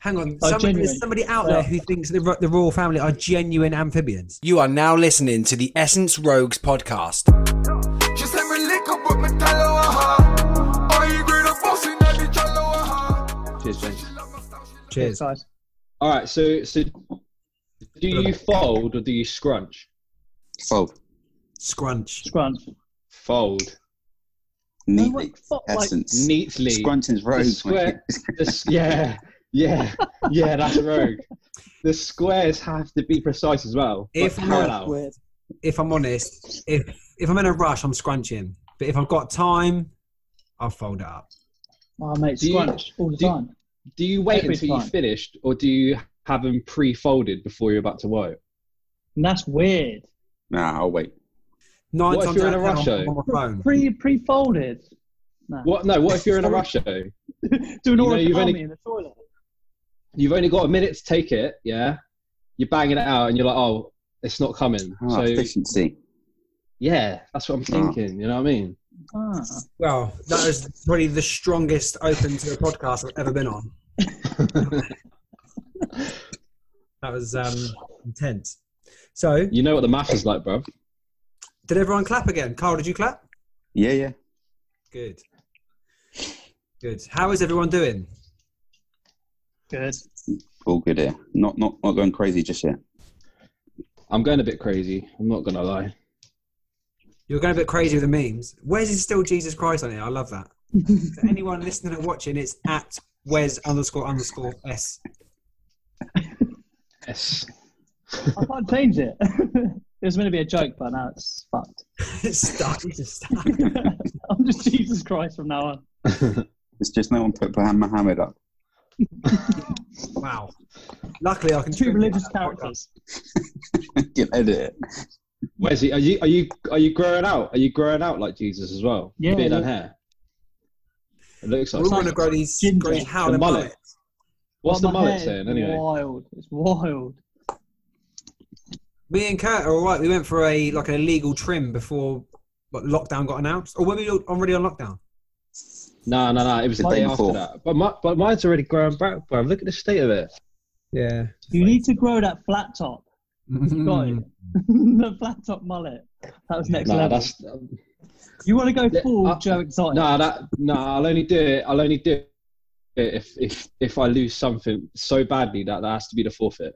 Hang on, Oh, somebody, genuine. there's somebody out there who thinks the, ro- the royal family are genuine amphibians. You are now listening to the Essence Rogues podcast. She sent me lick up with me tell her uh-huh." ha. I agree the boss in the jello ha. Cheers, James. Cheers. Guys. All right, so so do you fold or do you scrunch? Fold. Scrunch. Scrunch. Fold Neatly. what- what, like- Essence. neatly. Scrunton's road. The square- The s- yeah, yeah, yeah. That's rogue. The squares have to be precise as well. like If not- parallel. Weird. If I'm honest, if if I'm in a rush, I'm scrunching. But if I've got time, I'll fold it up. Oh, mate, Do you- scrunch all the do you- time. Do you wait Every until you time. finished, or do you have them pre-folded before you're about to work? And that's weird. Nah, I'll wait. Nine What if times you're out in a of ten, rush, I'm though? on my phone. Pre pre folded. What? No. What if you're in a rush? Though? Do an know, you've origami only- in the toilet. You've only got a minute to take it. Yeah, you're banging it out, and you're like, oh, it's not coming. Ah, so efficiency. yeah, that's what I'm Ah. thinking. You know what I mean? Ah. Well, that was probably the strongest open to a podcast I've ever been on. that was um, intense. So, You know what the math is like, bro. did everyone clap again? Carl, did you clap? Yeah, yeah. Good. Good. How is everyone doing? Good. All good here. Not not not going crazy just yet. I'm going a bit crazy. I'm not gonna lie. You're going a bit crazy with the memes. Where's is still Jesus Christ on it? I love that. For anyone listening and watching, it's at Wes underscore underscore S. Yes. I can't change it. it was meant to be a joke, but now it's fucked. It's stuck. It's just stuck. I'm just Jesus Christ from now on. It's just no one put Blahan Mohammed up. Wow. Luckily, I can Two religious characters. Get edit it. Wesley, are you are you are you growing out? Are you growing out like Jesus as well? Yeah, Beard yeah. and hair. It looks We like. want to grow these, grow these Ginger. howling The mullet. mullets. What's Well, the my mullet hair is saying anyway? Wild. It's wild. Me and Kurt are all right. We went for a like an illegal trim before what, lockdown got announced, or were we al- already on lockdown? No, no, no. It was the The day day after before. that. But my, but mine's already growing back, bro. Look at the state of it. Yeah. You need to grow that flat top. Got it. the flat top mullet. That was next Mm. Nah, level. that's You want to go Yeah, full uh, Joe Exotic? nah, that nah. I'll only do it. I'll only do it if if if I lose something so badly that that has to be the forfeit.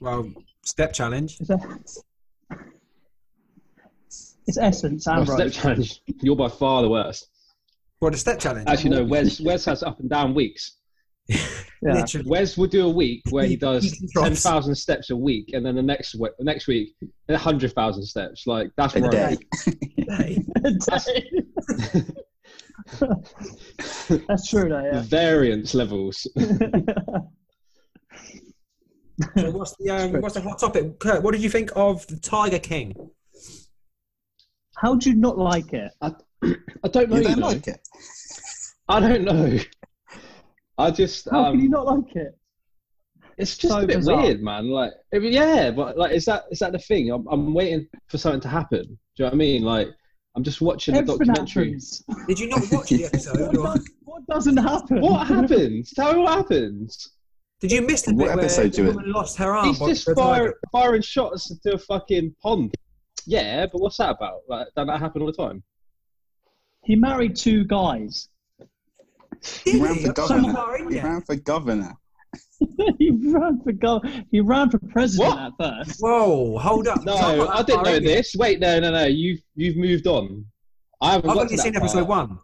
Well, step challenge. It's, a- it's essence and My step road. challenge. You're by far the worst. What a step challenge. Actually, no. Wes Wes has up and down weeks. Yeah. Literally. Wes will do a week where he does He ten drops. thousand steps a week, and then the next we- the next week hundred thousand steps. Like that's A rogue. day. That's true, though. Variance levels. Yeah. So what's the um, what's the hot topic? Kurt, what did you think of the Tiger King? How do you not like it? I don't know. You You don't know. like it. I don't know. I just How um, can you not like it? it's just so a bit bizarre? weird, man. Like I mean, yeah, but like is that is that the thing? I'm, I'm waiting for something to happen. Do you know what I mean? Like I'm just watching the Everything documentary. happens. Did you not watch the episode? What, or- does, what doesn't happen? What happens? Tell me what happens. Did you miss the What bit where episode the you in? woman lost her arm? He's by just the fire, tiger? firing shots into a fucking pond. Yeah, but what's that about? Like, doesn't that happen all the time? He married two guys. Did he? ran for I'm so governor. far in He yet. ran for governor. he ran for go- He ran for president What? at first. Whoa, hold up. No, I'm not I that didn't far know in yet. this. Wait, no, no, no. You've you've moved on. I haven't I've got to only that seen part. episode one.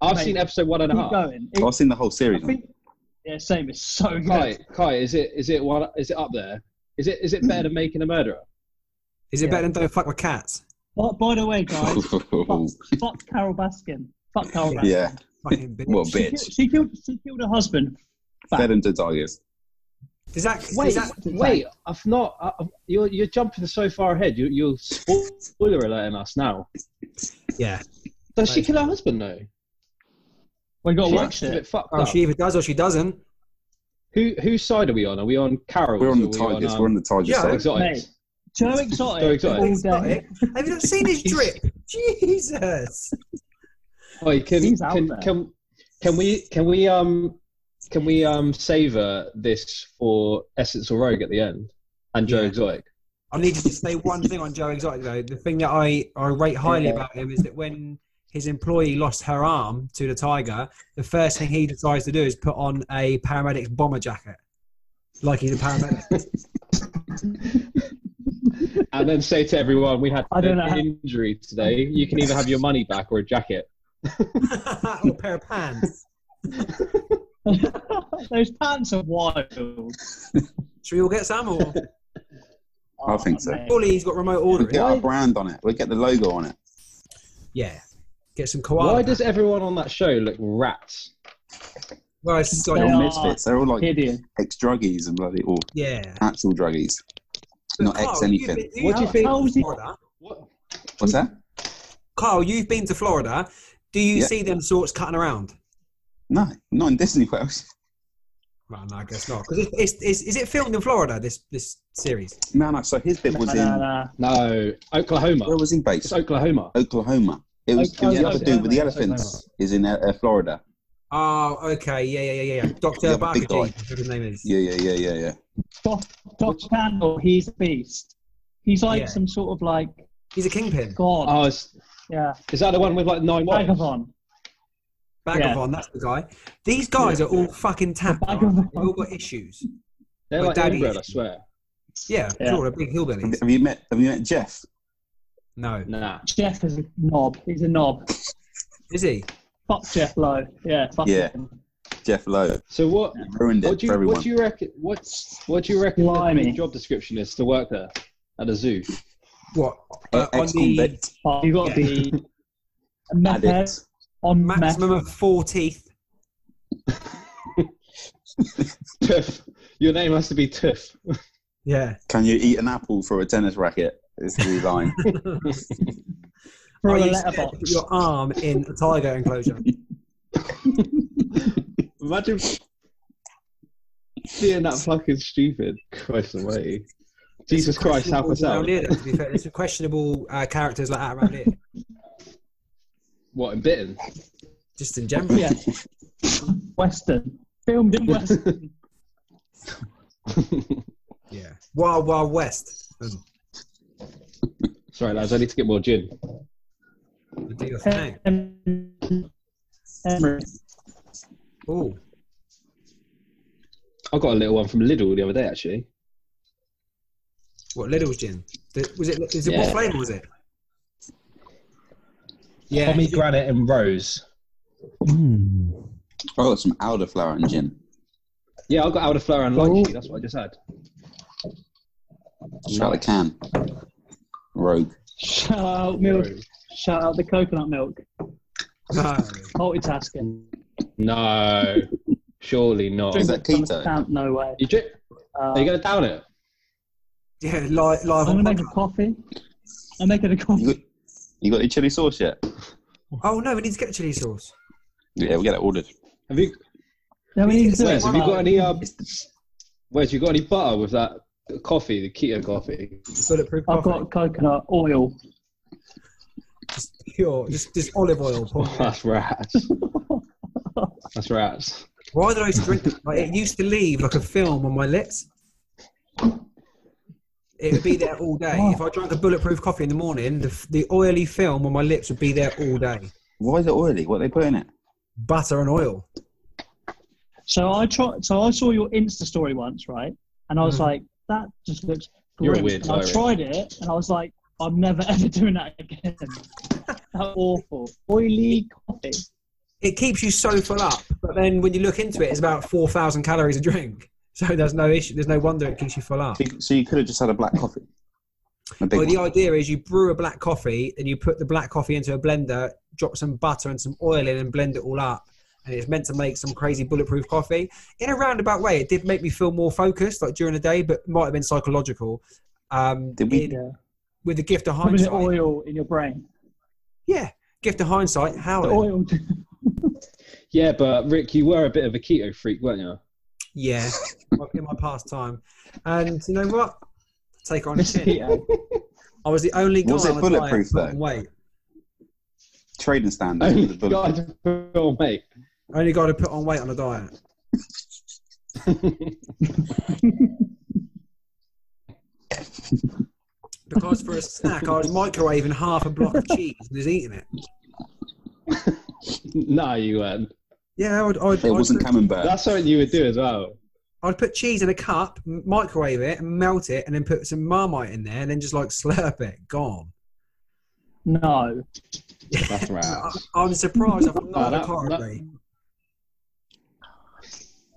I've Mate, seen episode one and a Keep half. going. Well, I've seen the whole I series. on it. think, yeah, same. It's so good. Kai, Kai, is it is it one? Is it up there? Is it is it better than making a murderer? Is it better than Don't Fuck with Cats? By, Oh, by the way, guys, fuck, fuck Carol Baskin. Fuck Carol Baskin. yeah. Fucking bitch. What a She, ki- bitch. she killed. She killed her husband. Fuck. Fed him to tigers. Is that, Wait, is that wait. I've not. I, I've- you're you're jumping so far ahead. You, you're spoiler alerting us now. yeah. Does she kill her husband though? We got to She watch acts a it. bit fucked Oh, up. she either does or she doesn't. Who whose side are we on? Are we on um, Carol? We're on the tigers. We're on the tigers. Yeah, side. exotics. Joe Exotic. Joe Exotic. All day. Exotic. Have you not seen his drip? Jesus. Oi, can He's out can, there. can can we can we um Can we um savor this for Essence or Rogue at the end and Joe Yeah. Exotic? I need to just say one thing on Joe Exotic though. The thing that I, I rate highly Yeah. about him is that when his employee lost her arm to the tiger, the first thing he decides to do is put on a paramedic's bomber jacket. Like he's a paramedic. and then say to everyone, we had I don't an know how- injury today. You can either have your money back or a jacket. or a pair of pants. Those pants are wild. Should we all get some or Oh, I think so. mate. surely he's got remote We ordering? get our Why- brand on it. We get the logo on it. Yeah. Get some Why koala. does everyone on that show look rats? well, it's just like- They They're are all misfits. They're all like Hideous. ex druggies and bloody or yeah. actual druggies. Not ex Carl, you've anything. been- What do you think- Carl's been to Florida. What's that? Carl, you've been to Florida. Do you Yeah. see them sorts cutting around? No, not in Disney World. Well, no, I guess not. Because it's, it's, it's, is it filmed in Florida? This this series. No, no. So his bit was Nah, nah, in. nah. No, Oklahoma. Where was he It's based? Oklahoma. Oklahoma. It was, it was the Oklahoma, other dude with the Oklahoma, elephants. Is in uh, uh, Florida. Oh, okay, yeah, yeah, yeah, yeah. Doctor Yeah, Barker, big guy. whatever his name is. Yeah, yeah, yeah, yeah, yeah. Doc, Doc Chandler, he's a beast. He's like Yeah. some sort of like He's a kingpin. god. Uh, Oh, is, yeah. is that the one with like nine wives? Vagabond. Bagavon, that's the guy. These guys are all fucking tapped. right? Bagavon. They've all got issues. They're With like daddies. inbred, I swear. Yeah, Yeah. sure, a big Have, hillbillies. have you met? Have you met Jeff? No. Nah. Jeff is a knob. He's a knob. Is he? Fuck Jeff Lowe. Yeah, fuck Yeah. him. Jeff Lowe So what? ruined What it do for you everyone. what do you reckon? What's what do you reckon the Blimey. job description is to work there at a zoo? What? Uh, on the Ex-convict, Fuck, You got to be a meth head addict. on meth. maximum of four teeth. Tuff. Your name has to be Tuff. Yeah. Can you eat an apple for a tennis racket? Is the line. for Are a you scared to letterbox. put your arm in a tiger enclosure? Imagine being that fucking stupid. Christ away. Jesus Christ, help us out. Around here, though, to be fair. There's some questionable uh, characters like that around here, What, and bitten? just in general. Yeah. Western. Filmed in Western. Yeah. Wild Wild West. Um, Sorry, lads, I need to get more gin. do your thing. Em- Emery. Ooh. I got a little one from Lidl the other day, actually. What Lidl's gin? The- Was it? Is it Yeah. what flavour was it? Yeah. Tommy Granite and Rose. I got some elderflower and gin. Yeah, I got Elderflower and lychee. That's what I just had. Just out of the can. Rogue. Shout out milk. Shout out the coconut milk. No. Multitasking. No, surely not. Is Are that keto? Count, no way. you, drink- Uh, are you going to down it? Yeah. Live, live I'm on gonna make a podcast. coffee. I'm making a You coffee. got, you got your chili sauce yet? Oh no, we need to get chili sauce. Yeah, we get it ordered. Have you, No, we need to do it. Wes, have you got any? Um, Wes, you got any butter with that coffee, the keto coffee? Bulletproof I've coffee. got coconut oil. Pure. Just, just olive oil. pour it. That's rats. That's rats. Why did I used to drink it? Like, it used to leave like a film on my lips. It would be there all day. If I drank a bulletproof coffee in the morning, the, the oily film on my lips would be there all day. Why is it oily? What they put in it? Butter and oil. So I try, so I saw your Insta story once, right? And I was Mhm. like, that just looks Mm-hmm. You're a gross. weird And I tyrant. tried it, and I was like, I'm never ever doing that again. How awful. Oily coffee. It keeps you so full up, but then when you look into it, it's about 4,000 calories a drink. So there's no issue. There's no wonder it keeps you full up. So you- So you could have just had a black coffee. A big Well, the one. idea is you brew a black coffee, then you put the black coffee into a blender, drop some butter and some oil in, and blend it all up. And it's meant to make some crazy bulletproof coffee. In a roundabout way, it did make me feel more focused, like during the day, but might have been psychological. Um, Did we- in- Yeah. with the gift of A bit hindsight, of oil in your brain. yeah, gift of hindsight. How? The oil. Yeah, but Rick, you were a bit of a keto freak, weren't you? Yeah, in my past time, and you know what? Take it on the chin. keto. I was the only guy. Was it on a diet bulletproof, putting though? Weight. Trading standard. Only with the bullet. God, oh, mate. Only guy to put on weight on a diet. Because for a snack, I was microwaving half a block of cheese and was eating it. no, you weren't. Yeah, I would. I would It I'd wasn't put, camembert. That's something you would do as well. I'd put cheese in a cup, m- microwave it, and melt it, and then put some marmite in there, and then just like slurp it. Gone. No. That's I, right. I'm surprised I'm not Nah, a that- corollary.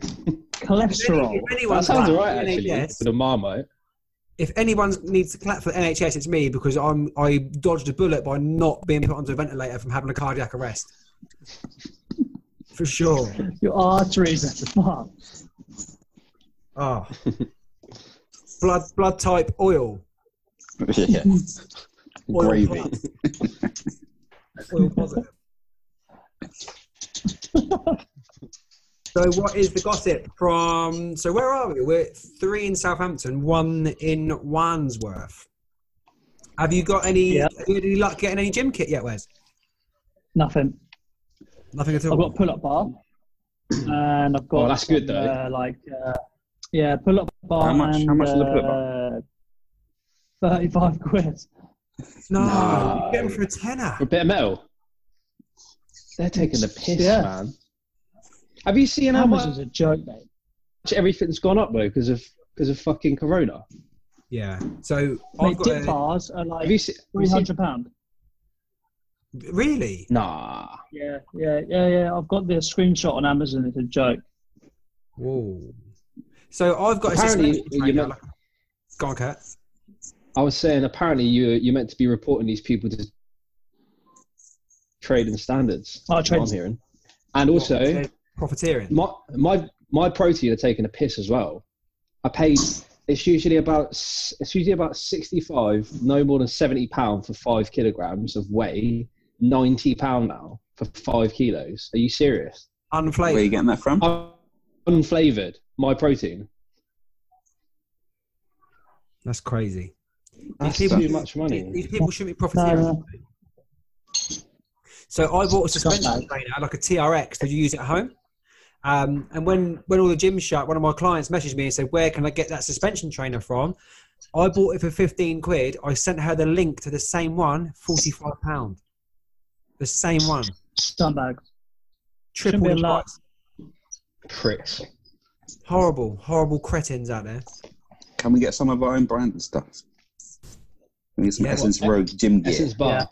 Cholesterol. If anyone- That sounds if alright anyone's actually. NHS, With a marmite. if anyone needs to clap for NHS, it's me because I'm I dodged a bullet by not being put onto a ventilator from having a cardiac arrest. For sure. Your arteries are fucked. Oh. blood blood type oil. yeah. Oil Gravy. plus. Oil positive. so what is the gossip from so where are we? We're three in Southampton, one in Wandsworth. Have you got any Yeah. have you had any luck getting any gym kit yet, Wes? Nothing. Nothing at all. I've got a pull-up bar, and I've got. Oh, that's good, though. Uh, like, uh, yeah, pull-up bar. How much- And, how much is the pull-up bar? Thirty-five quid. No, No. get him for a tenner. For a bit of metal. They're taking the piss, Yeah. man. Have you seen how much Amazon's a joke, mate. everything's gone up though because of because of fucking corona? Yeah. So I've Mate, got dip a, bars are like Have you seen? three hundred pound. really. Nah. Yeah, yeah, yeah, yeah. I've got the screenshot on Amazon. It's a joke. Whoa. So I've got Apparently, a suspension you trainer. meant- Go on, Kurt. I was saying apparently you you're meant to be reporting these people to trade and standards. Oh, that's what trade- Oh, I'm hearing. And also profiteering. my my my protein are taking a piss as well. I paid it's usually about s- it's usually about sixty five, no more than seventy pound for five kilograms of whey. Ninety pound now for five kilos. Are you serious? Where are you Unflavored. getting that from? Un- Unflavored, my protein. That's crazy. That's people- too much These money. these people shouldn't be profiteering. No, no. So I bought a suspension Scumbag. trainer, like a TRX that you use at home. Um, and when, when all the gyms shut, one of my clients messaged me and said, Where can I get that suspension trainer from? I bought it for 15 quid. I sent her the link to the same one, £45. The same one. Scumbag. Triple be the allowed. price. Pricks. Horrible, horrible cretins out there. Can we get some of our own branded stuff? We need some Yeah, Essence what- Rogue gym gear. Essence bar.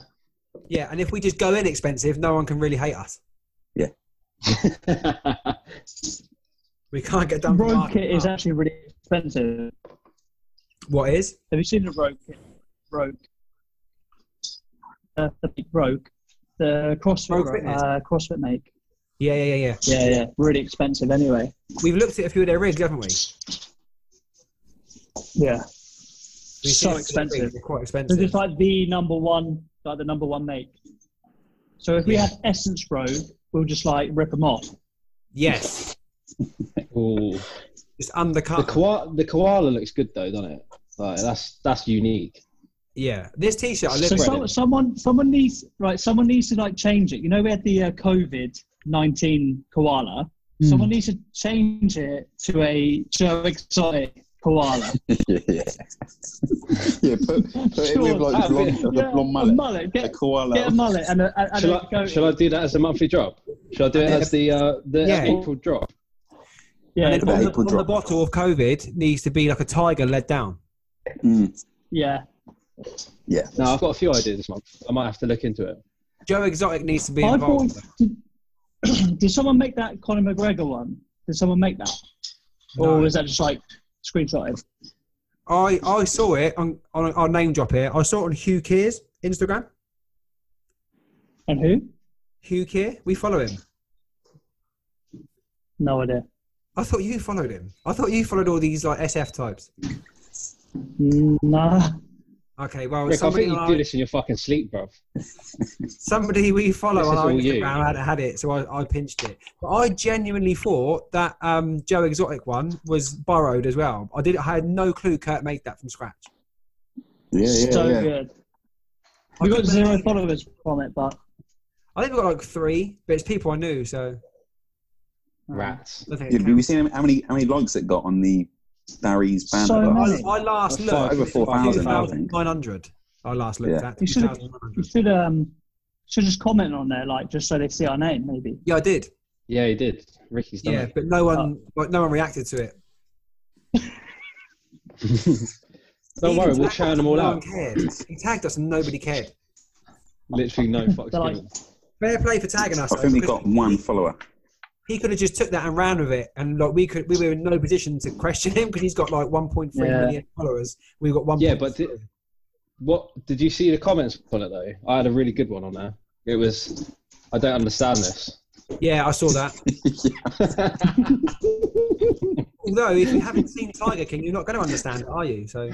Yeah, and if we just go in expensive, no one can really hate us. We can't get done. for Rogue marking kit is up. actually really expensive. what is? Have you seen the rogue? kit? Rogue. Uh, the big rogue. The CrossFit. Rogue ro- Fitness. uh, CrossFit make. Yeah, yeah, yeah, yeah. Yeah, yeah. Really expensive anyway. We've looked at a few of their rigs, haven't we? Yeah. We've seen a few of So their expensive. rigs, They're quite Because expensive. it's like the number one, like the number one make. So if we had Essence Rogue, we'll just like rip them off. Yes, Ooh. just The undercut. koala, the koala looks good though, doesn't it? Like that's that's unique. yeah, this T-shirt I live So with. some, someone, someone needs right. Someone needs to like change it. You know, we had the uh, COVID nineteen koala. Hmm. Someone needs to change it to a Joe Exotic koala. yeah, yeah. yeah, put, put it with like Sure, blonde, that'd the blonde A mullet, mullet. the Get, koala. get a mullet and a, and a Shall and a I, goatee. shall I do that as a monthly drop? Shall I do it as the uh, the Yeah. April drop? Yeah, and then Yeah, on, the, April on the drop. bottle of COVID needs to be like a tiger led down. Mm, yeah. yeah. No, I've got a few ideas this month. I might have to look into it. Joe Exotic needs to be I involved. thought, did, did someone make that Conor McGregor one? Did someone make that, No. or was that just like screenshotted? I, I saw it on, on our name drop here. I saw it on Hugh Keir's Instagram. And who? Hugh Keir, we follow him. No idea. I thought you followed him. I thought you followed all these like SF types. Nah. Okay, well, Rick, I Oh, somebody Oh. on think you our- do this in your fucking sleep, bro. somebody we follow This on is our all Instagram you. had, had it, so I, I pinched it. But I genuinely thought that um, Joe Exotic one was borrowed as well. I did. I had no clue Kurt made that from scratch. Yeah, yeah, so yeah. good. We got zero followers from it, but I think we got like three, but it's people I knew. So Rats. I think Yeah, it have you counts. seen how many how many likes it got on the Barry's banner? So I, many. I last Over looked. it was 4,000, I think. 2,900. I last looked Yeah. at You should have- 2,900. You should um should just comment on there, like just so they see our name, maybe. Yeah, I did. Yeah, he did. Ricky's done Yeah, it. but no one, Uh, like, no one reacted to it. Don't He worry, we'll tagged us churn and them all no out. One cared. He tagged us and nobody cared. Literally no fucks They're like- given. Fair play for tagging us. I think though, we because got one follower. He could have just took that and ran with it, and like we could, we were in no position to question him because he's got like 1.3 million Yeah. followers. We got one. Yeah, but thi- what did you see the comments on it though? I had a really good one on there. It was, I don't understand this. yeah, I saw that. Although, if you haven't seen Tiger King, you're not going to understand it, are you? So,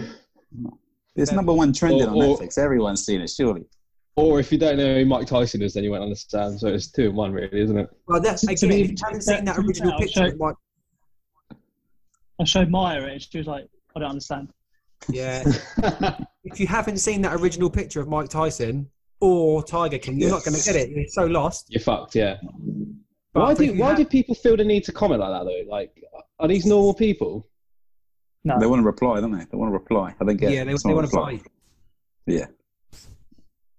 It's number one trending Or- on or- Netflix. Everyone's seen it, surely. or if you don't know who Mike Tyson is, then you won't understand. So it's two in one, really, isn't it? well, that's To- to again, me- if you haven't seen that to me, original I'll picture, show- it might, I showed Maya it. She was like, I don't understand. yeah. if you haven't seen that original picture of Mike Tyson or Tiger King, you're not going to get it. You're so lost. You're fucked, yeah. But why if do you why have- do people feel the need to comment like that though? Like, are these normal people? No. They want to reply, don't they? They want to reply. I don't Yeah, get it. they, It's they not want to reply. fight. Yeah,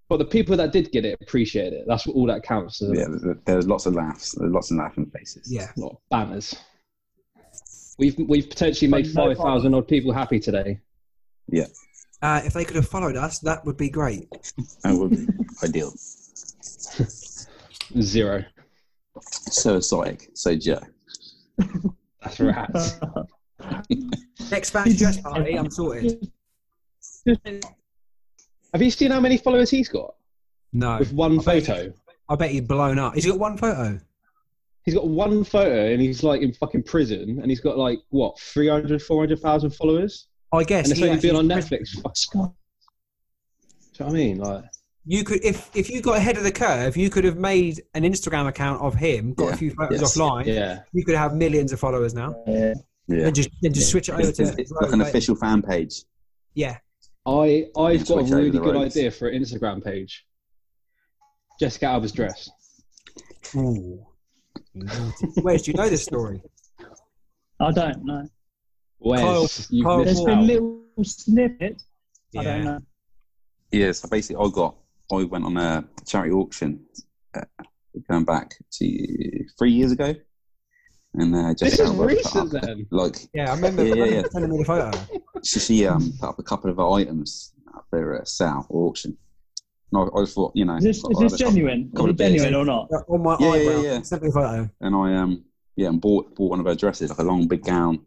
But the people that did get it appreciate it. That's all that counts. Isn't yeah. it? there's- There's lots of laughs. There's lots of laughing faces. Yeah. Not banners. We've we've potentially made But no five thousand odd people happy today. Uh, if they could have followed us, that would be great. That would be ideal. Zero. So exotic. So Joe. That's rats. Next fans dress party, I'm sorted. Have you seen how many followers he's got No, with one I bet- photo? I bet he's blown up. He's got one photo. He's got one photo and he's like in fucking prison and he's got like what 300, 400,000 followers I guess. and it's he only been actually- on Netflix. Fuck. Do you know what I mean? Like, You could, if if you got ahead of the curve, you could have made an Instagram account of him, got a Yeah, few photos yes, offline. yeah, You could have millions of followers now, Yeah. and just then just switch it over It's, to it's like an official fan page. Yeah, I I've Switch got a over really the good roads. idea for an Instagram page. Jessica Alba's dress. Ooh. Where do you know this story? I don't know. Where's you've Kyle missed There's Wow. out. been little snippets. I Yeah. don't know. Yeah, so basically, I got, I went on a charity auction uh, going back to three years ago, and uh, just This is put recent up, then. like Yeah, I remember Yeah, yeah, yeah. sending me the photo. she, she um put up a couple of her items up there at sale or auction, and I, I thought you know, Is this, I is had this a- genuine? Is Got a it bit. genuine or not? Uh, On my Yeah, yeah, eyebrow, yeah. sent me the photo. and I um yeah, and bought bought one of her dresses, like a long big gown,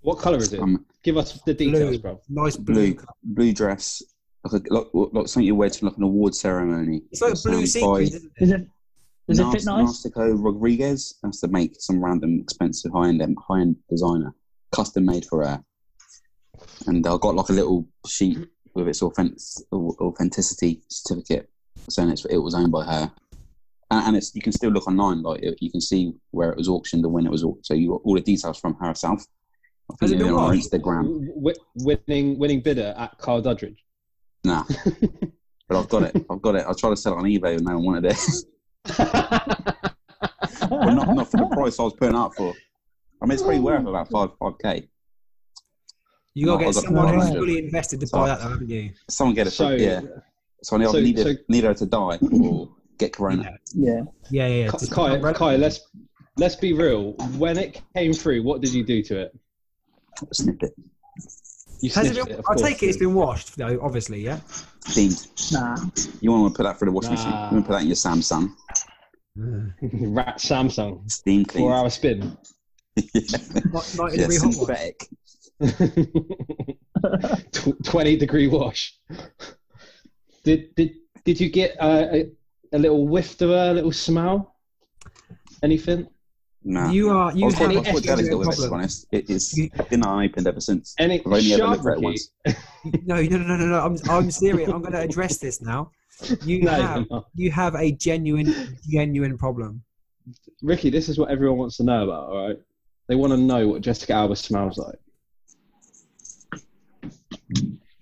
What colour is it? um Give us the details, bro. Nice blue. blue blue dress, like a, like, like something you wear to like an award ceremony. It's like a blue Um, sequin, by- isn't it? Is it? Does it fit Nas- nice? Narciso Rodriguez. That's to make some random expensive high end high end designer, custom made for her. And I got like a little sheet with its authentic, authenticity certificate saying it's, it was owned by her. And, and it's you can still look online, like it- you can see where it was auctioned and when it was auctioned. So you got all the details from her herself. I Has it they're been on her watched? Instagram. W- w- winning winning bidder at Carl Dudridge. Nah, but I've got it. I've got it. I tried to sell it on eBay and no one wanted it. well, not, not for the price I was putting up for. I mean, it's probably worth about five five k. You gotta No, get I got someone who's 400. fully invested to buy that, though, haven't you? Someone get it. so for, yeah. So I need, So- I need, so- need her to die or get corona. Yeah. Yeah, yeah. yeah. Ki- Just- Kai, Kai, let's let's be real. When it came through, what did you do to it? Snip it. You Has it sniffed been, of I course. take it it's been washed, though, obviously, yeah? Deemed. Nah. You want to put that through the washing Nah. machine. You want to put that in your Samsung. Mm. rat Samsung Steam clean. four hour spin. Not, not in yeah, every hot one. synthetic. Tw- Twenty degree wash. Did did did you get uh, a, a little whiff of a little smell? Anything? Nah. You are. I You was have quite, I a was quite jealous problem. with it, to be honest. It, it's been unopened ever since. Any I've only ever sharp looked at it Ricky? once. eh? No, no, no, no, no. I'm, I'm serious. I'm going to address this now. You No, have, you're not. you have a genuine, genuine problem. Ricky, this is what everyone wants to know about. All right, they want to know what Jessica Alba smells like.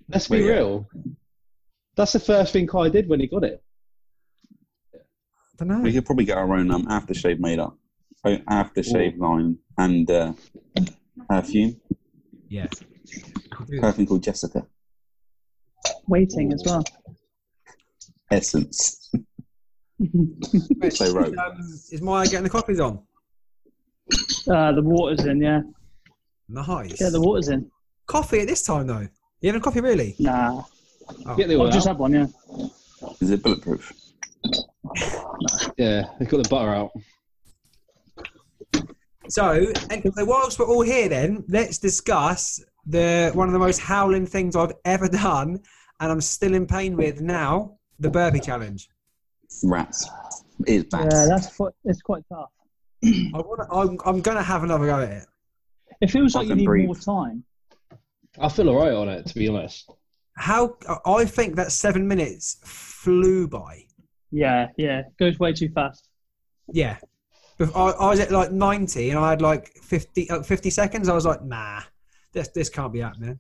Let's be Well, yeah. real. That's the first thing Kai did when he got it. I don't know. We could probably get our own um, aftershave made up. o- aftershave line and uh, perfume. Yeah. Perfume called Jessica Waiting as well. Essence. So rogue. Um, is Maya getting the coffees on? uh, the water's in, yeah. Nice. Yeah, the water's in. coffee at this time though. You having coffee really? Nah. Oh. Get the I'll oil just out. have one, yeah. Is it bulletproof? Yeah, they got the butter out. So, and so whilst we're all here, then let's discuss the one of the most howling things I've ever done, and I'm still in pain with now: the burpee challenge. Rats. It is bats. Yeah, that's quite, it's quite tough. I wanna, I'm, I'm gonna have another go at it. It feels I like you can need breathe. more time. I feel alright on it, to be honest. How I think that seven minutes flew by. Yeah, yeah. Goes way too fast. Yeah, Bef- I, I was at like 90, and I had like 50, uh, 50 seconds. I was like, nah, this this can't be happening.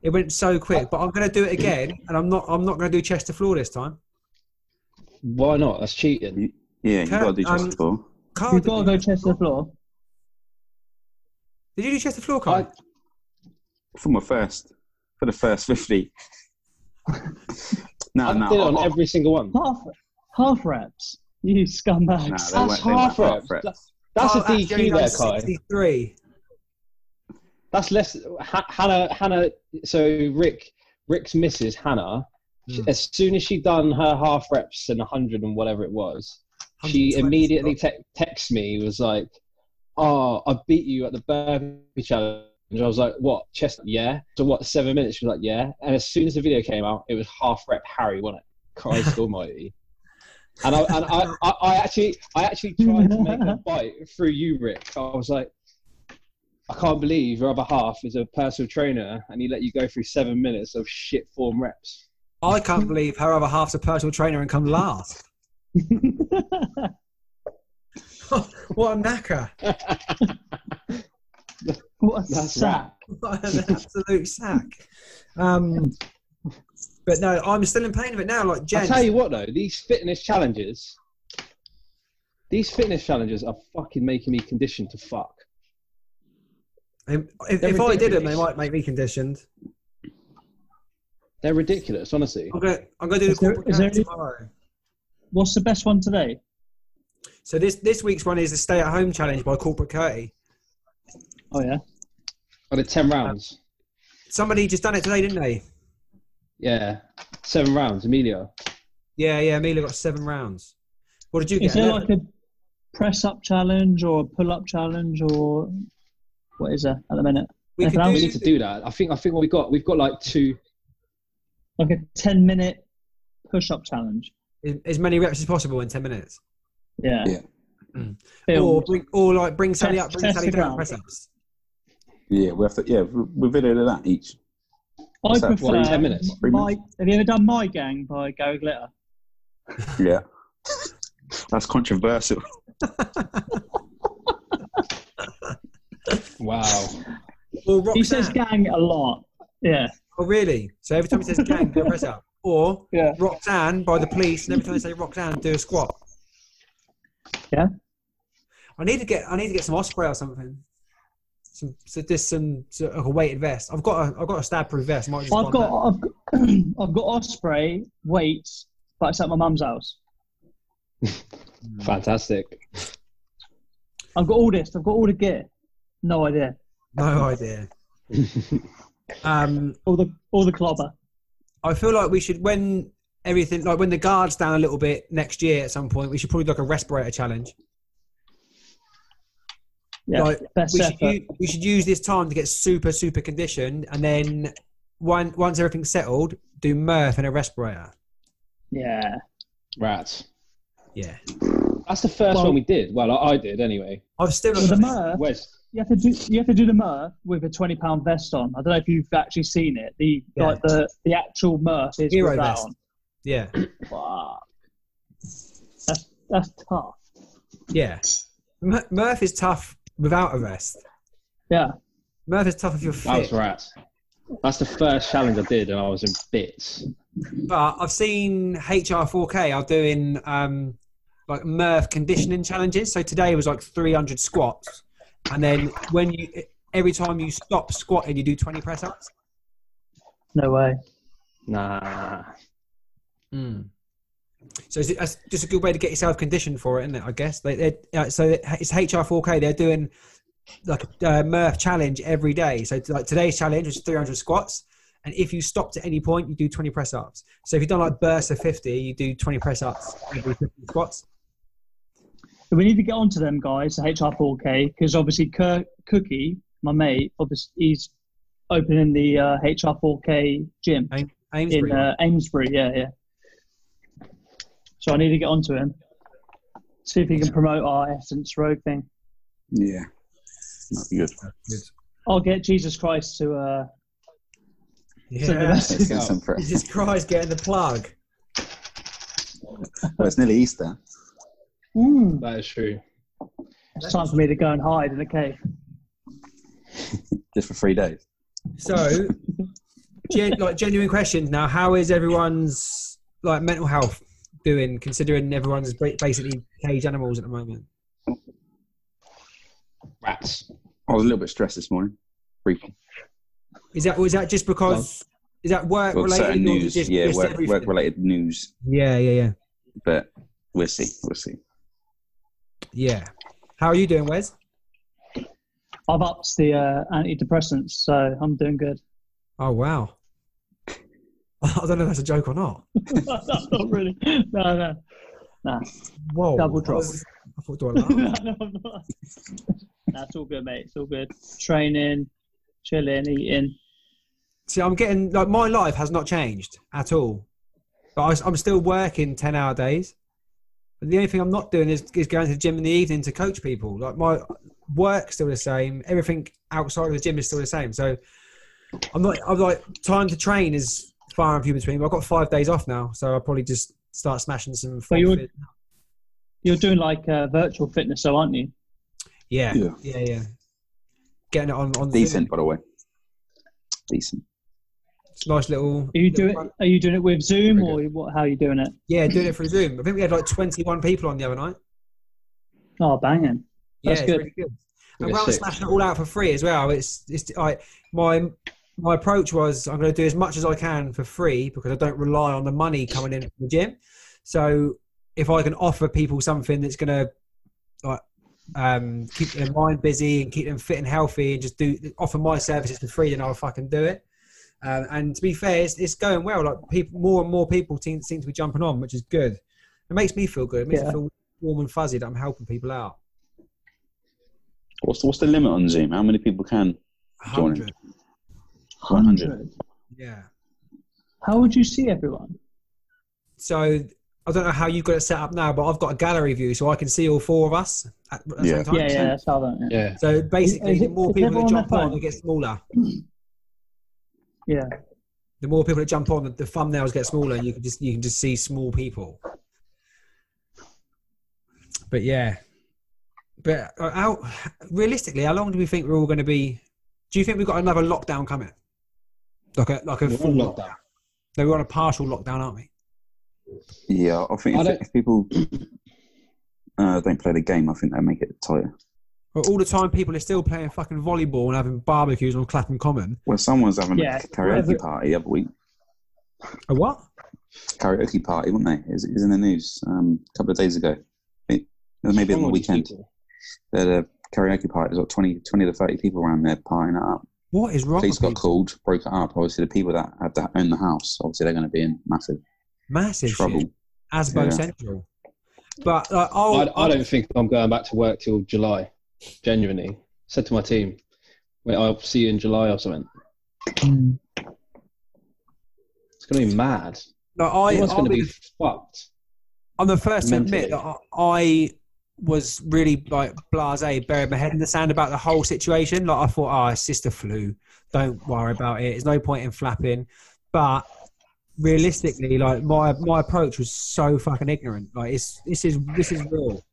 It went so quick, but I'm gonna do it again, and I'm not I'm not gonna do chest to floor this time. Why not? That's cheating. Yeah, you Can- gotta do just um, four. Carl, You've did, got to you, go chest to Oh, the floor. did you do chest to floor, Carl? For my first, for the first fifty. no, I no, did it on oh, oh, every single one. Half, half reps. You no, scumbags. they weren't- That's they weren't half half reps. reps. That's a Carl actually DQ done there, Kai. 63. That's less. Ha- Hannah, Hannah. So Rick, Rick's missus Hannah. she- Hmm. as soon as she done her half reps and hundred and whatever it was, she 120. immediately te- texts me. Was like, "Oh, I beat you at the burpee challenge." I was like, "What chest? Yeah." So what? Seven minutes? She was like, "Yeah." And as soon as the video came out, it was half rep Harry, wasn't it? Christ Almighty. And I and I, I, I actually I actually tried to make a bite through you, Rick. I was like. I can't believe your other half is a personal trainer and he let you go through seven minutes of shit form reps. I can't believe her other half's a personal trainer and come last. what a knacker. what a That's sack. What an absolute sack. Um, but no, I'm still in pain of it now. Like, I Jen, tell you what though, these fitness challenges, these fitness challenges are fucking making me conditioned to fuck. if, if they're I did them, they ridiculous. might make me conditioned. They're ridiculous, honestly. I'm going to I'm gonna do Is the there- corporate is there count any- tomorrow. What's the best one today? So this, this week's one is the stay-at-home challenge by Corporate Curty. Oh, yeah. I did ten rounds. Somebody just done it today, didn't they? Yeah, seven rounds, Emilio. Yeah, yeah. Mila got seven rounds. What did you Is get? there Eleven? like a press up challenge or a pull up challenge or what is there at the minute? We If could I'm- We need to do that. I think. I think what we got. We've got like two. Like a 10 minute push up challenge. as- as many reps as possible in ten minutes, Yeah. Yeah. Mm. or Build. bring, or like bring Sally up, Test- bring test Sally the down, ground. press ups. Yeah, we have to. Yeah, we we videoed that each. I what's that, prefer. what, 10 minutes? Three My, minutes? have you ever done My Gang by Gary Glitter? Yeah, that's controversial. Wow. Or Roxanne. He says gang a lot. Yeah. oh, really? So every time he says gang, do a press up. Or Yeah. Roxanne by the police, and every time they say Roxanne, do a squat. Yeah. I need to get I need to get some osprey or something. Some so just some sort of a weighted vest. I've got a I've got a stab proof vest. Might just I've want got, that. I've, got- I've got Osprey, weights, but it's at my mum's house. Fantastic. I've got all this. I've got all the gear. No idea. no idea. um, All the all the clobber. I feel like we should when everything like when the guards down a little bit next year at some point we should probably do like a respirator challenge. Yeah. Like, best we effort. should use, we should use this time to get super super conditioned and then one, once everything's settled do Murph and a respirator. yeah. Rats. Yeah, That's the first Well- one we did. Well, I, I did anyway. I've still Well, not the done it. Murph, Where's you have to do you have to do the Murph with a twenty pound vest on. I don't know if you've actually seen it. The Yeah. like the the actual Murph is Hero with that vest. on. yeah Fuck. That's that's tough. yeah. M- Murph is tough without a rest. Yeah. Murph is tough if you're fit. that was rats. That's the first challenge I did, and I was in bits. But I've seen HR4K are doing um, like Murph conditioning challenges. So today was like 300 squats, and then when you every time you stop squatting, you do 20 press ups. No way. Nah. So it's, that's just a good way to get yourself conditioned for it, isn't it? I guess. They, they, uh, so it's HR4K. They're doing like a uh, Murph challenge every day. So t- like today's challenge was 300 squats, and if you stopped at any point, you do 20 press ups. So if you've done like bursts of 50, you do 20 press ups every 50 squats. We need to get onto them guys, the HR4K, because obviously Kirk, Cookie, my mate, obviously he's opening the uh, HR4K gym Aim- in Amesbury. uh, Amesbury. Yeah, yeah. So I need to get onto him. See if he can promote our Essence Road thing. Yeah. That'd be good. I'll get Jesus Christ to uh, send the yeah. message. Let's get some press. Jesus Christ, getting the plug. Well, it's nearly Easter. Mm, That is true. it's time for me to go and hide in a cave. Just for three days. So, gen- like genuine questions now. How is everyone's like mental health doing? Considering everyone's ba- basically cage animals at the moment. Rats. I was a little bit stressed this morning. Briefly. Is that was that just because? Is that work Well, related? certain or news. just- yeah, just work, everything? work related news. Yeah, yeah, yeah, But we'll see. We'll see. yeah. How are you doing, Wes? I've upped the uh, antidepressants, so I'm doing good. Oh wow. I don't know if that's a joke or not. not really. No, no. Whoa. Double I, drop. was- I thought, do I laugh? no, no, I'm not. That's all good, mate. It's all good. Training, chilling, eating. See, I'm getting like my life has not changed at all, but I, am still working ten-hour days. But the only thing I'm not doing is, is going to the gym in the evening to coach people. Like my work's still the same. Everything outside of the gym is still the same. So I'm not. I'm like time to train is far and few between. But I've got five days off now, so I'll probably just start smashing some. But you form would- fit- You're doing like uh, virtual fitness, though, aren't you? Yeah, Yeah. yeah, yeah, Getting it on on Zoom. Decent, by the way. Decent. It's a nice little. Are you little doing? run. Are you doing it with Zoom or what? How are you doing it? Yeah, doing it through Zoom. I think we had like 21 people on the other night. Oh, banging. Yeah, That's it's good. really good. Yeah, And round sick. smashing it all out for free as well. It's it's I my my approach was I'm going to do as much as I can for free because I don't rely on the money coming in from the gym. So if I can offer people something that's going to like um, keep their mind busy and keep them fit and healthy and just do offer my services for free, then I'll fucking do it. Um, and to be fair, it's, it's going well. Like people, more and more people seem, seem to be jumping on, which is good. It makes me feel good. It makes Yeah. me feel warm and fuzzy that I'm helping people out. What's the, what's the limit on Zoom? How many people can? Joining. 100. 100. Yeah. How would you see everyone? So I don't know how you've got it set up now, but I've got a gallery view, so I can see all four of us at, at Yeah. the same time. Yeah, yeah, that's how that. Yeah. Yeah. So basically, Is- the is it- more people is that everyone on jump their on, phone? it gets smaller. yeah. The more people that jump on, the, the thumbnails get smaller. You can just you can just see small people. But yeah, but uh, how realistically, how long do we think we're all going to be? Do you think we've got another lockdown coming? Like a like a We're full on lockdown. lockdown. No, we're on a partial lockdown, aren't we? Yeah, I think I if, don't- if people uh, don't play the game, I think they make it tighter. But all the time, people are still playing fucking volleyball and having barbecues on Clapham Common. Well, someone's having Yeah, a karaoke whatever- party the other week. A what? Karaoke party, weren't they? It was, it was in the news um, a couple of days ago. It, it was maybe on the weekend. They had a karaoke party. There's like 20, 20 to 30 people around there partying it up. What is wrong Police with got people? called, broke it up. Obviously, the people that had to own the house, obviously, they're going to be in massive Massive trouble. shit. Asbo Yeah. Central. But like, I, I'll, I don't think I'm going back to work till July. Genuinely, said to my team, "Wait, I'll see you in July or something." It's going to be mad. like, I, Everyone's I'll going to be be fucked. I'm the first to mentally. admit that I, I was really like blasé, buried my head in the sand about the whole situation. Like I thought, oh, it's just a flu. Don't worry about it. There's no point in flapping. But realistically, like my my approach was so fucking ignorant. Like it's this is this is real.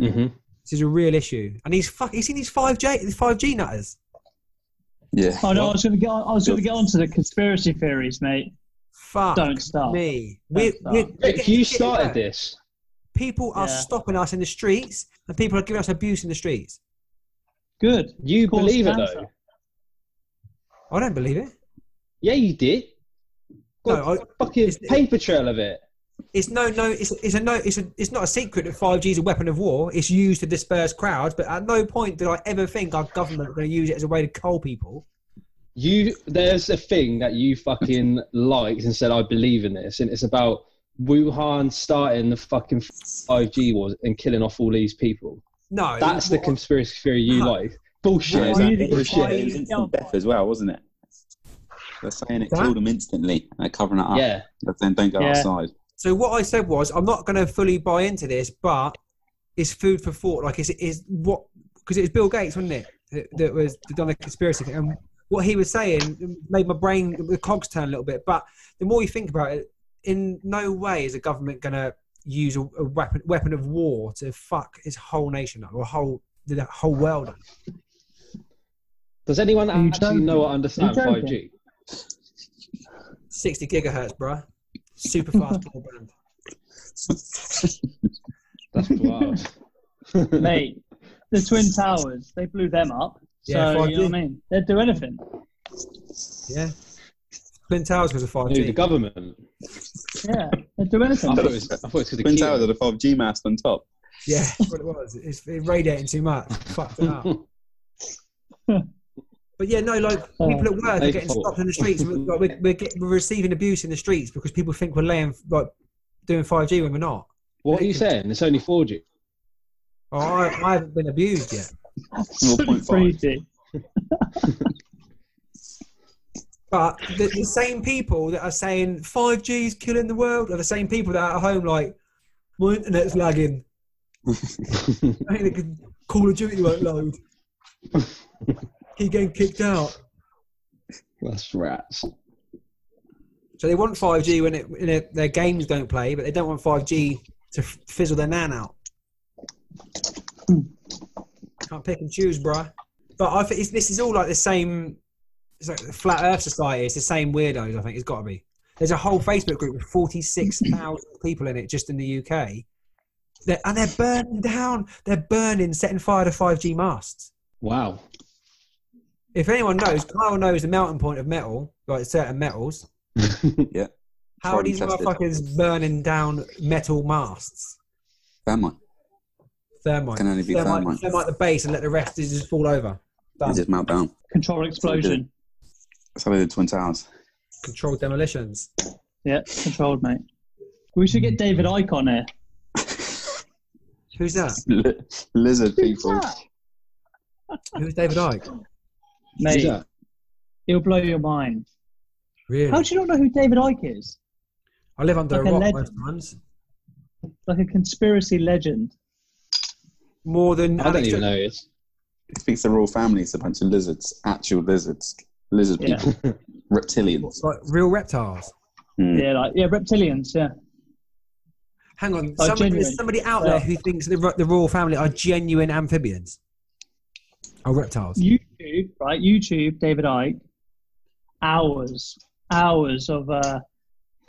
Mm-hmm. This is a real issue. And he's fuck. He's seen these five J these five G nutters. Yeah. Oh no, I was gonna get. On, I was gonna get onto the conspiracy theories, mate. Fuck Don't start. me. Don't We're, start. we're, we're Rick, getting you shit started back. this. People are Yeah. stopping us in the streets, and people are giving us abuse in the streets. Good. You Cause believe it cancer. though? I don't believe it. Yeah, you did. Got No, I- a fucking it's- paper trail of it. It's no, no. It's, it's a no. It's a, It's not a secret that five G is a weapon of war. It's used to disperse crowds, but at no point did I ever think our government were going to use it as a way to cull people. You there's a thing that you fucking liked and said I believe in this, and it's about Wuhan starting the fucking 5G wars and killing off all these people. No, That's the what- conspiracy theory you Huh. like. Bullshit. Yeah, Why is it's that? did you bullshit. find- It was instant death as well, wasn't it? They're saying it That- killed them instantly, and they're covering it up. Yeah. But then don't go Yeah. outside. So what I said was, I'm not going to fully buy into this, but it's food for thought. Like, it's, it's what because it was Bill Gates, wasn't it, that, that was that done a conspiracy thing. And what he was saying made my brain the cogs turn a little bit. But the more you think about it, in no way is a government going to use a, a weapon weapon of war to fuck its whole nation up or whole the whole world up. Does anyone Are you actually know joking? or understand Are you 5G? 60 gigahertz, bruh. Super fast broadband. That's wild. Mate, the Twin Towers, they blew them up. So, Yeah, you know what I mean? They'd do anything. Yeah. Twin Towers was a five Who, the G. government. Yeah, they'd do anything. I thought it was, I thought it was 'cause the Twin key- towers are the five G mast on top. Yeah, that's what it was. It's it radiating too much. Fucked it up. But yeah, no, like people at work are They getting thought- stopped in the streets. We're, like, we're, we're, get, we're receiving abuse in the streets because people think we're laying like doing five G when we're not. What are you saying? It's only 4G. Oh, I, I haven't been abused yet. Absolutely 0.5. crazy. But the, the same people that are saying five G is killing the world are the same people that are at home like my internet's lagging. I think the Call of Duty won't load. Keep getting kicked out. That's rats. So they want five G when it, when it, their games don't play, but they don't want five G to f- fizzle their nan out. Can't pick and choose, bruh. But I think it's, this is all like the same. It's like the flat Earth society. It's the same weirdos. I think it's got to be. There's a whole Facebook group with forty six thousand people in it just in the UK, they're, and they're burning down. They're burning, setting fire to five G masts Wow. if anyone knows, Kyle knows the melting point of metal, like certain metals. Yeah. How are Tried and these tested. motherfuckers burning down metal masts? Thermite. Thermite. Can only be thermite. thermite. Thermite the base and let the rest just fall over. They Done. just melt down. Control explosion. That's how they did Twin Towers. Controlled demolitions. Yeah, controlled, mate. We should get David Icke on here. Who's that? Li- Lizard people. Who's David Icke? Mate, Yeah. he'll blow your mind. Really? How do you not know who David Icke is? I live under Like a a rock legend. most times. Like a conspiracy legend. More than I don't Alex even know who it is. It speaks the royal family. It's a bunch of lizards. Actual lizards. Lizard Yeah. people. Reptilians. Like real reptiles. Hmm. Yeah, like yeah, reptilians. Yeah, Hang on. Like somebody, genuine. there's somebody out there who thinks the, ro- the royal family are genuine amphibians. Or reptiles. YouTube, right? YouTube, David Icke. Hours, hours of uh,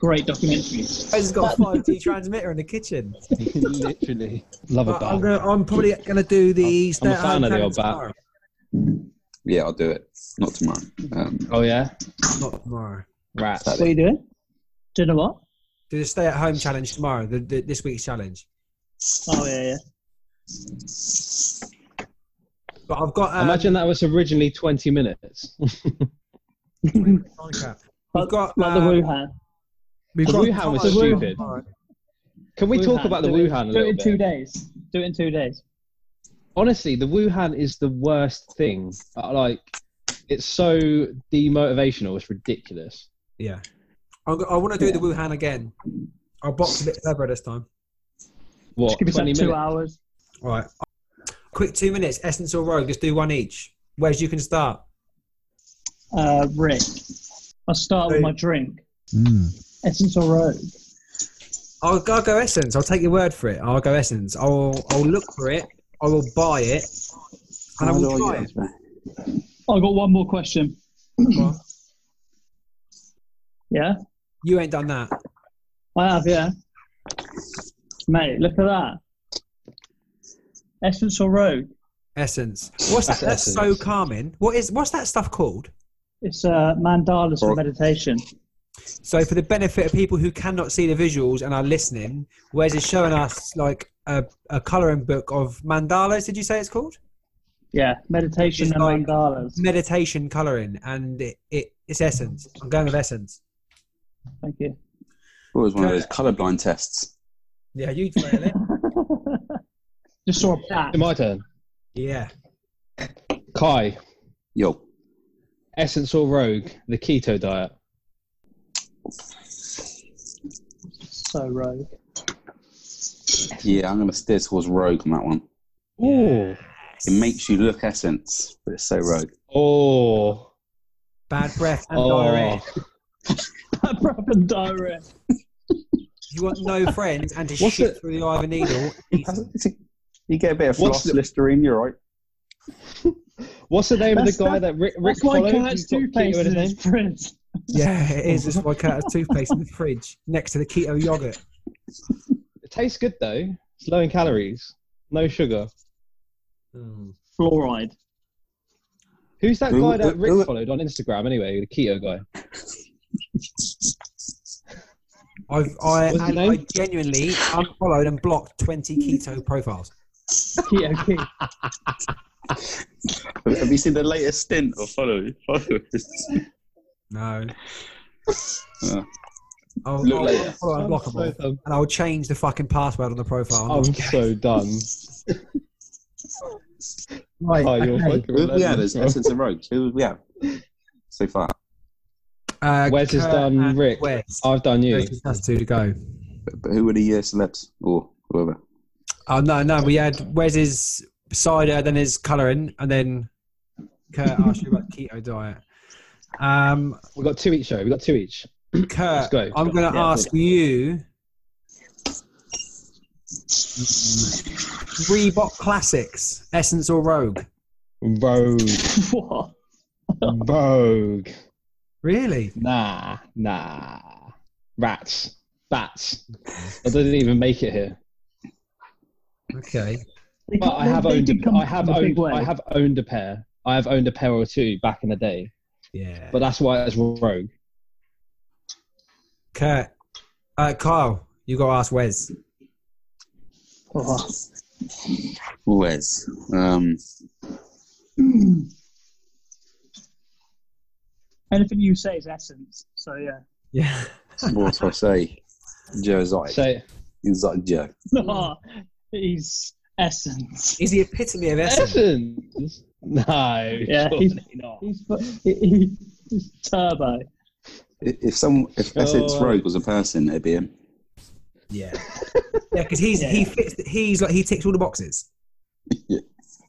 great documentaries. I just got a 5G transmitter in the kitchen. Literally. Love a But I'm, bag. gonna, I'm probably going to do the. I'm a stay-at-home fan of the challenge old bat. tomorrow. Yeah, I'll do it. Not tomorrow. Um, Oh yeah. Not tomorrow. Rats. What are you doing? Do you know what? Do the stay-at-home challenge tomorrow. The, the, this week's challenge. Oh yeah, yeah. But I've got. Um, Imagine that was originally 20 minutes. Minecraft. We've got. Like the uh, Wuhan. we've The got Wuhan was time. stupid. Can we talk Wuhan. about the Do it- Wuhan a Do it little in two bit? days. Do it in two days. Honestly, the Wuhan is the worst thing. Uh, Like, it's so demotivational. It's ridiculous. Yeah. I'm, go- I want to do the Wuhan again. I'll box a bit cleverer this time. What? Just give 20 yourself minutes. two hours. All right. Quick two minutes. Essence or Rogue. Just do one each. Where's you can start? Uh, Rick, I'll start with Hey. my drink. Essence or Rogue? I'll, go- I'll go Essence. I'll take your word for it. I'll go Essence. I'll I'll look for it. I will buy it, and I will try it. Oh, I've got one more question. Go on. Yeah, You ain't done that. I have. Yeah. Mate, look at that. Essence or Rogue? Essence. What's that? That's That's so essence. calming. What is? What's that stuff called? It's uh, mandalas for Or- meditation. So, for the benefit of people who cannot see the visuals and are listening, Wes is showing us like a, a colouring book of mandalas. Did you say it's called Yeah, meditation It's and like- mandalas. meditation colouring? And it, it it's essence. I'm going with essence. Thank you. It was one of those colourblind tests. Yeah, you fail it. Just saw a plaque. It's my turn. Yeah. Kai, Yo, Essence or Rogue, the keto diet. So Rogue. yeah, I'm going to steer towards Rogue on that one. Oh, It makes you look essence, but it's so Rogue. oh, Bad breath and diarrhea. oh. Brabham diarrhea. You want no friends and to What's shoot it- through the eye of a needle. You get a bit of What's floss, the- Listerine, you're right. What's the name That's of the guy that- that Rick, Rick That's why followed? Kurt's He's got toothpaste keto in is his in name. his fridge. yeah, it is. It's like a toothpaste in the fridge next to the keto yogurt. It tastes good though. It's low in calories, no sugar. Hmm. Fluoride. Who's that Who- guy that who- Rick who- followed on Instagram anyway? The keto guy. I've, I, What's and your name? I genuinely unfollowed and blocked 20 keto profiles. Keto key. Have you seen the latest stint of follow? followers? No. Oh. I'll, Look I'll like- unfollow and block 'em all, so Oh, dumb. and I'll change the fucking password on the profile. I'm so done. right. Oh, you're okay. fucking Who have we had relentless, as bro. Essence and Rogue? Who have we had so far? Uh, Wes has Kurt done and Rick. Wes. I've done you. Those just us two to go. But, but who were the uh, celebs or whoever? Oh, no, no. We had Wes's cider, then his colouring, and then Kurt asked you about keto diet. Um, We've got two each, show. We've got two each. Kurt, go. I'm going to Yeah, ask you Reebok Classics, Essence or Rogue? Rogue. what? Rogue. Really? Nah, nah. Rats. Bats. I didn't even make it here. Okay. They But come- I have they owned did a, come I have in a big owned way. I have owned a pair. I have owned a pair or two back in the day. Yeah. But that's why it's rogue. Kurt, uh, Kyle, you got to ask Wes. Oh, Wes. Um, anything you say is essence. So yeah. Yeah. what do I say? Joe's like, So he's like Joe. No, he's essence. He's the epitome of essence. Essence. No. Yeah, surely he's- not. He's, he, he- he's turbo. I- If some, if Oh, Essence uh, Rogue was a person, it'd be him. Yeah. Yeah, because he's he fits. He's like he ticks all the boxes.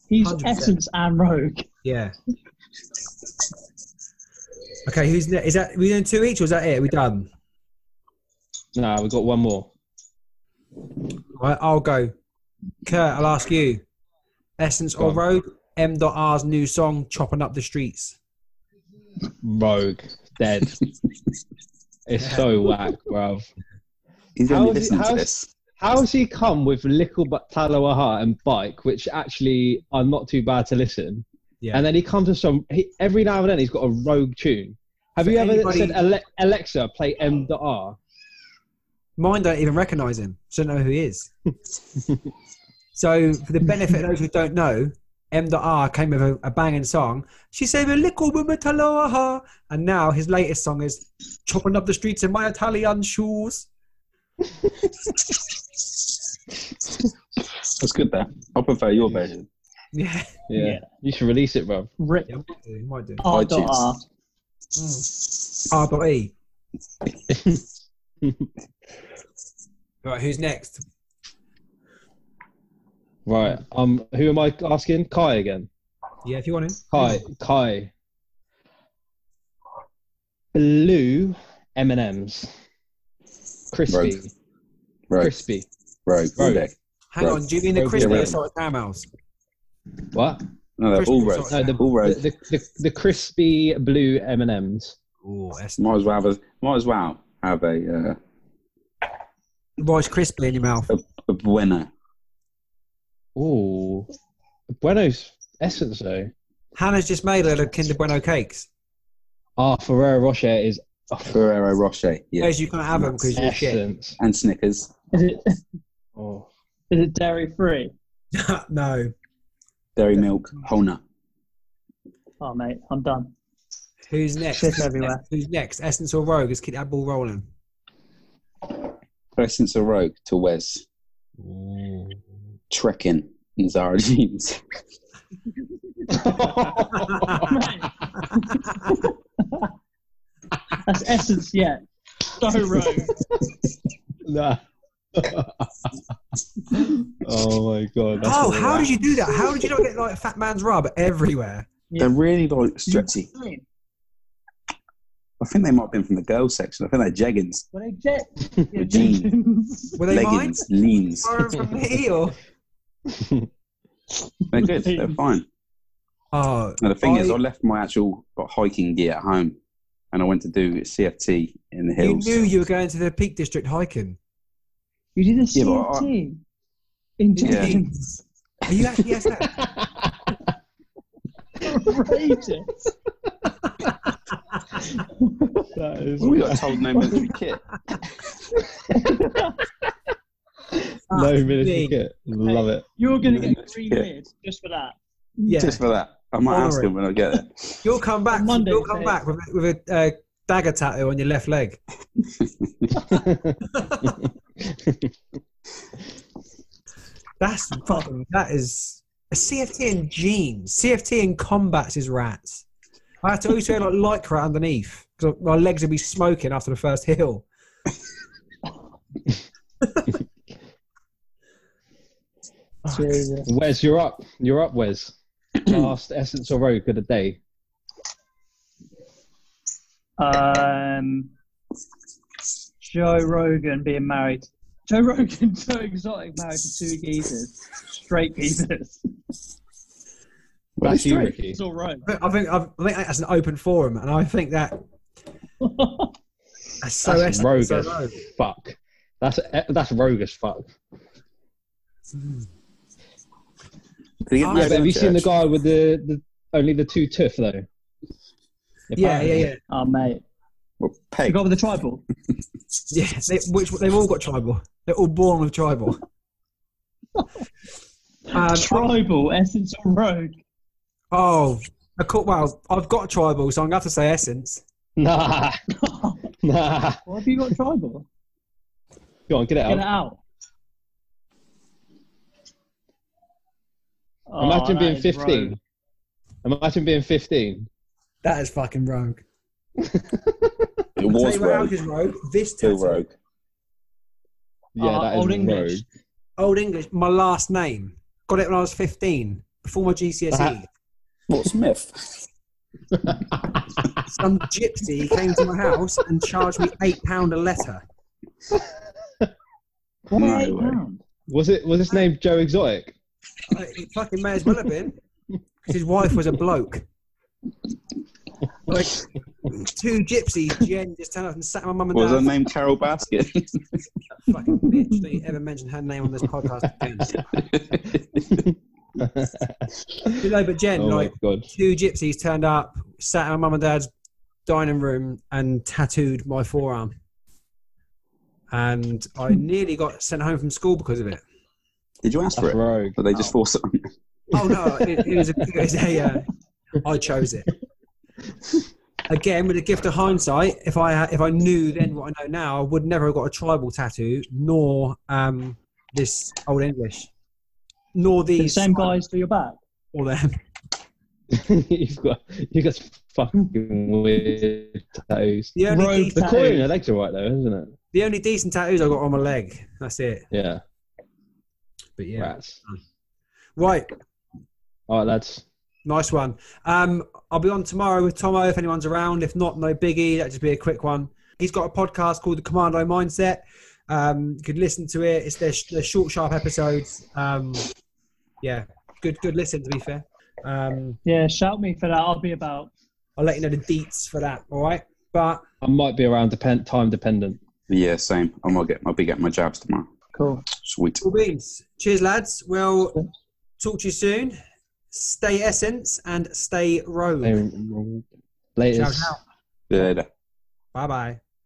He's 100%. essence and rogue. Yeah. Okay, who's next? Is that we doing two each or is that it? we done. No, we've got one more. Right, I'll go. Kurt, I'll ask you. Essence Go or on. Rogue? M.R's new song, Chopping Up the Streets. Rogue. Dead. it's so whack, bro. He's How only is he- listening how to is- this. How's he come with Little But Talawaha and Bike, which actually are not too bad to listen? Yeah. And then he comes with some. He, every now and then he's got a rogue tune. Have For you ever anybody- said Ale- Alexa play M.R? Mine don't even recognise him, so I don't know who he is. so, for the benefit of those who don't know, M.R came with a, a banging song. She said, "A little woman to lower her," and now his latest song is "Chopping Up the Streets in My Italian Shoes." That's good there. I prefer your version. Yeah, Yeah. Yeah. You should release it, bro. Rip yeah might do, might do. R. iTunes. R. dot R. dot E. right, who's next? Right. Um. Who am I asking? Kai again. Yeah, if you want him. Kai. Kai. Blue M and M's. Crispy. Rogue. Rogue. Crispy. Rogue. Rogue. Rogue. Hang Right. on, do you mean the Rogue, crispy yeah, right. assorted caramels? What? No, they're all Crispy Rogue. assorted No, the, caramels. All Rogue. the, the, the, the crispy blue M and M's. Ooh, that's Might as well have a, might as well have a, uh, Rice crispy in your mouth. a, Bueno. Oh, Bueno's essence though. Hannah's just made a load of Kinder Bueno cakes. Ah, Ferrero Rocher is Ferrero Rocher. Yeah. Whereas you can't have them because you're shit. essence. And Snickers. Is it Oh, is it dairy free? no. Dairy milk. Whole nut. Oh mate, I'm done. Who's next? Shit everywhere. Who's next? Essence or Rogue? Let's keep that ball rolling. Essence of Rogue to Wes. Trekking in Zara jeans. That's essence, yeah. So rogue. nah. oh my god. that's oh, what how we're did you do that? How did you not get like fat man's rub everywhere? They're really like stretchy. I think they might have been from the girls section. I think they're jeggings. Were they jet? Yeah, Jean. jeans. Were they mine? Leggings, leans. Borrowed from me or? They're good. They're fine. Oh, And the thing is, I- I left my actual hiking gear at home, and I went to do CFT in the you hills. knew you were going to the Peak District hiking. You did a Yeah, but I- CFT. In Yeah. jeans. Are you actually yes? no. Outrageous. at. That is- we got told no military kit. no Fuck military me. kit. Love it. You're going to Yeah. get green beard just for that. Yeah. Just for that. I might ask Alright. him when I get there. You'll come back. Monday, you'll come say. back with, with a uh, dagger tattoo on your left leg. That's fucking. That is a CFT in jeans. CFT in combats is rats. I had to always wear like lycra underneath because my legs would be smoking after the first hill. Jesus. Wes, you're up. You're up, Wes. Last essence or rogue of the day. Um, Joe Rogan being married. Joe Rogan, Joe Exotic married to two geezers. Straight geezers. That's you, Ricky. It's all right. But I think I've, I think that's an open forum, and I think that that's so That's excellent, rogue so as rogue. fuck. That's that's rogue as fuck. Did he get Yeah, Yeah, married but have in you seen the church? guy with the, the only the two tuff though? Yeah, yeah, Apparently. yeah, oh, mate. Well, You Peg. got with the tribal. yeah. They, which they've all got tribal. They're all born with tribal. Um, tribal, Essence or Rogue. oh, of course, well, I've got tribal, so I'm gonna have to say essence. Nah, nah. Why have you got tribal? Go on, get it Get it out. out. Oh, Imagine that being is fifteen. Imagine being fifteen. That is fucking rogue. It was Tell you what else rogue. is rogue. This Still tattoo, rogue. Yeah, Uh, that is Old rogue. English. old English, my last name. Got it when I was 15, before my GCSE. That- What Smith? Some gypsy came to my house and charged me eight pound a letter. Why No eight way. pound? Was it? Was his name Joe Exotic? Uh, It fucking may as well have been. 'cause His wife was a bloke. Like two gypsies, Jen just turned up and sat my mum and Was her dad. name Carol Baskin? Fucking bitch! Don't you ever mention her name on this podcast again? You know, but Jen, oh like my god. two gypsies turned up, sat in my mum and dad's dining room, and tattooed my forearm. And I nearly got sent home from school because of it. Did you ask for That's it? rogue. But they just forced it on you. Oh no, it, it was a, it was a uh, I chose it. Again, with the gift of hindsight, if I if I knew then what I know now, I would never have got a tribal tattoo, nor um, this old English, nor The these same guys to your back. or them. you've got you've got some fucking weird tattoos. The only, Rogue decent, The Tattoos. coin in your legs are right though, isn't it? the only decent tattoos I got on my leg. That's it. Yeah. But yeah, right. Rats. right. All right, lads. Nice one. Um, I'll be on tomorrow with Tomo if anyone's around. If not, no biggie. That'll just be a quick one. He's got a podcast called The Commando Mindset. Um, you could listen to it. It's their, their short, sharp episodes. Um, yeah, good, good listen. To be fair, um, Yeah, shout me for that. I'll be about. I'll let you know the deets for that. All right, but I might be around depend- time dependent. Yeah, same. I might get. I'll be getting my jabs tomorrow. Cool. Sweet. Cool beans. Cheers, lads. We'll talk to you soon. Stay Essence and stay Rogue. Later. Ciao, ciao. Later. Bye bye.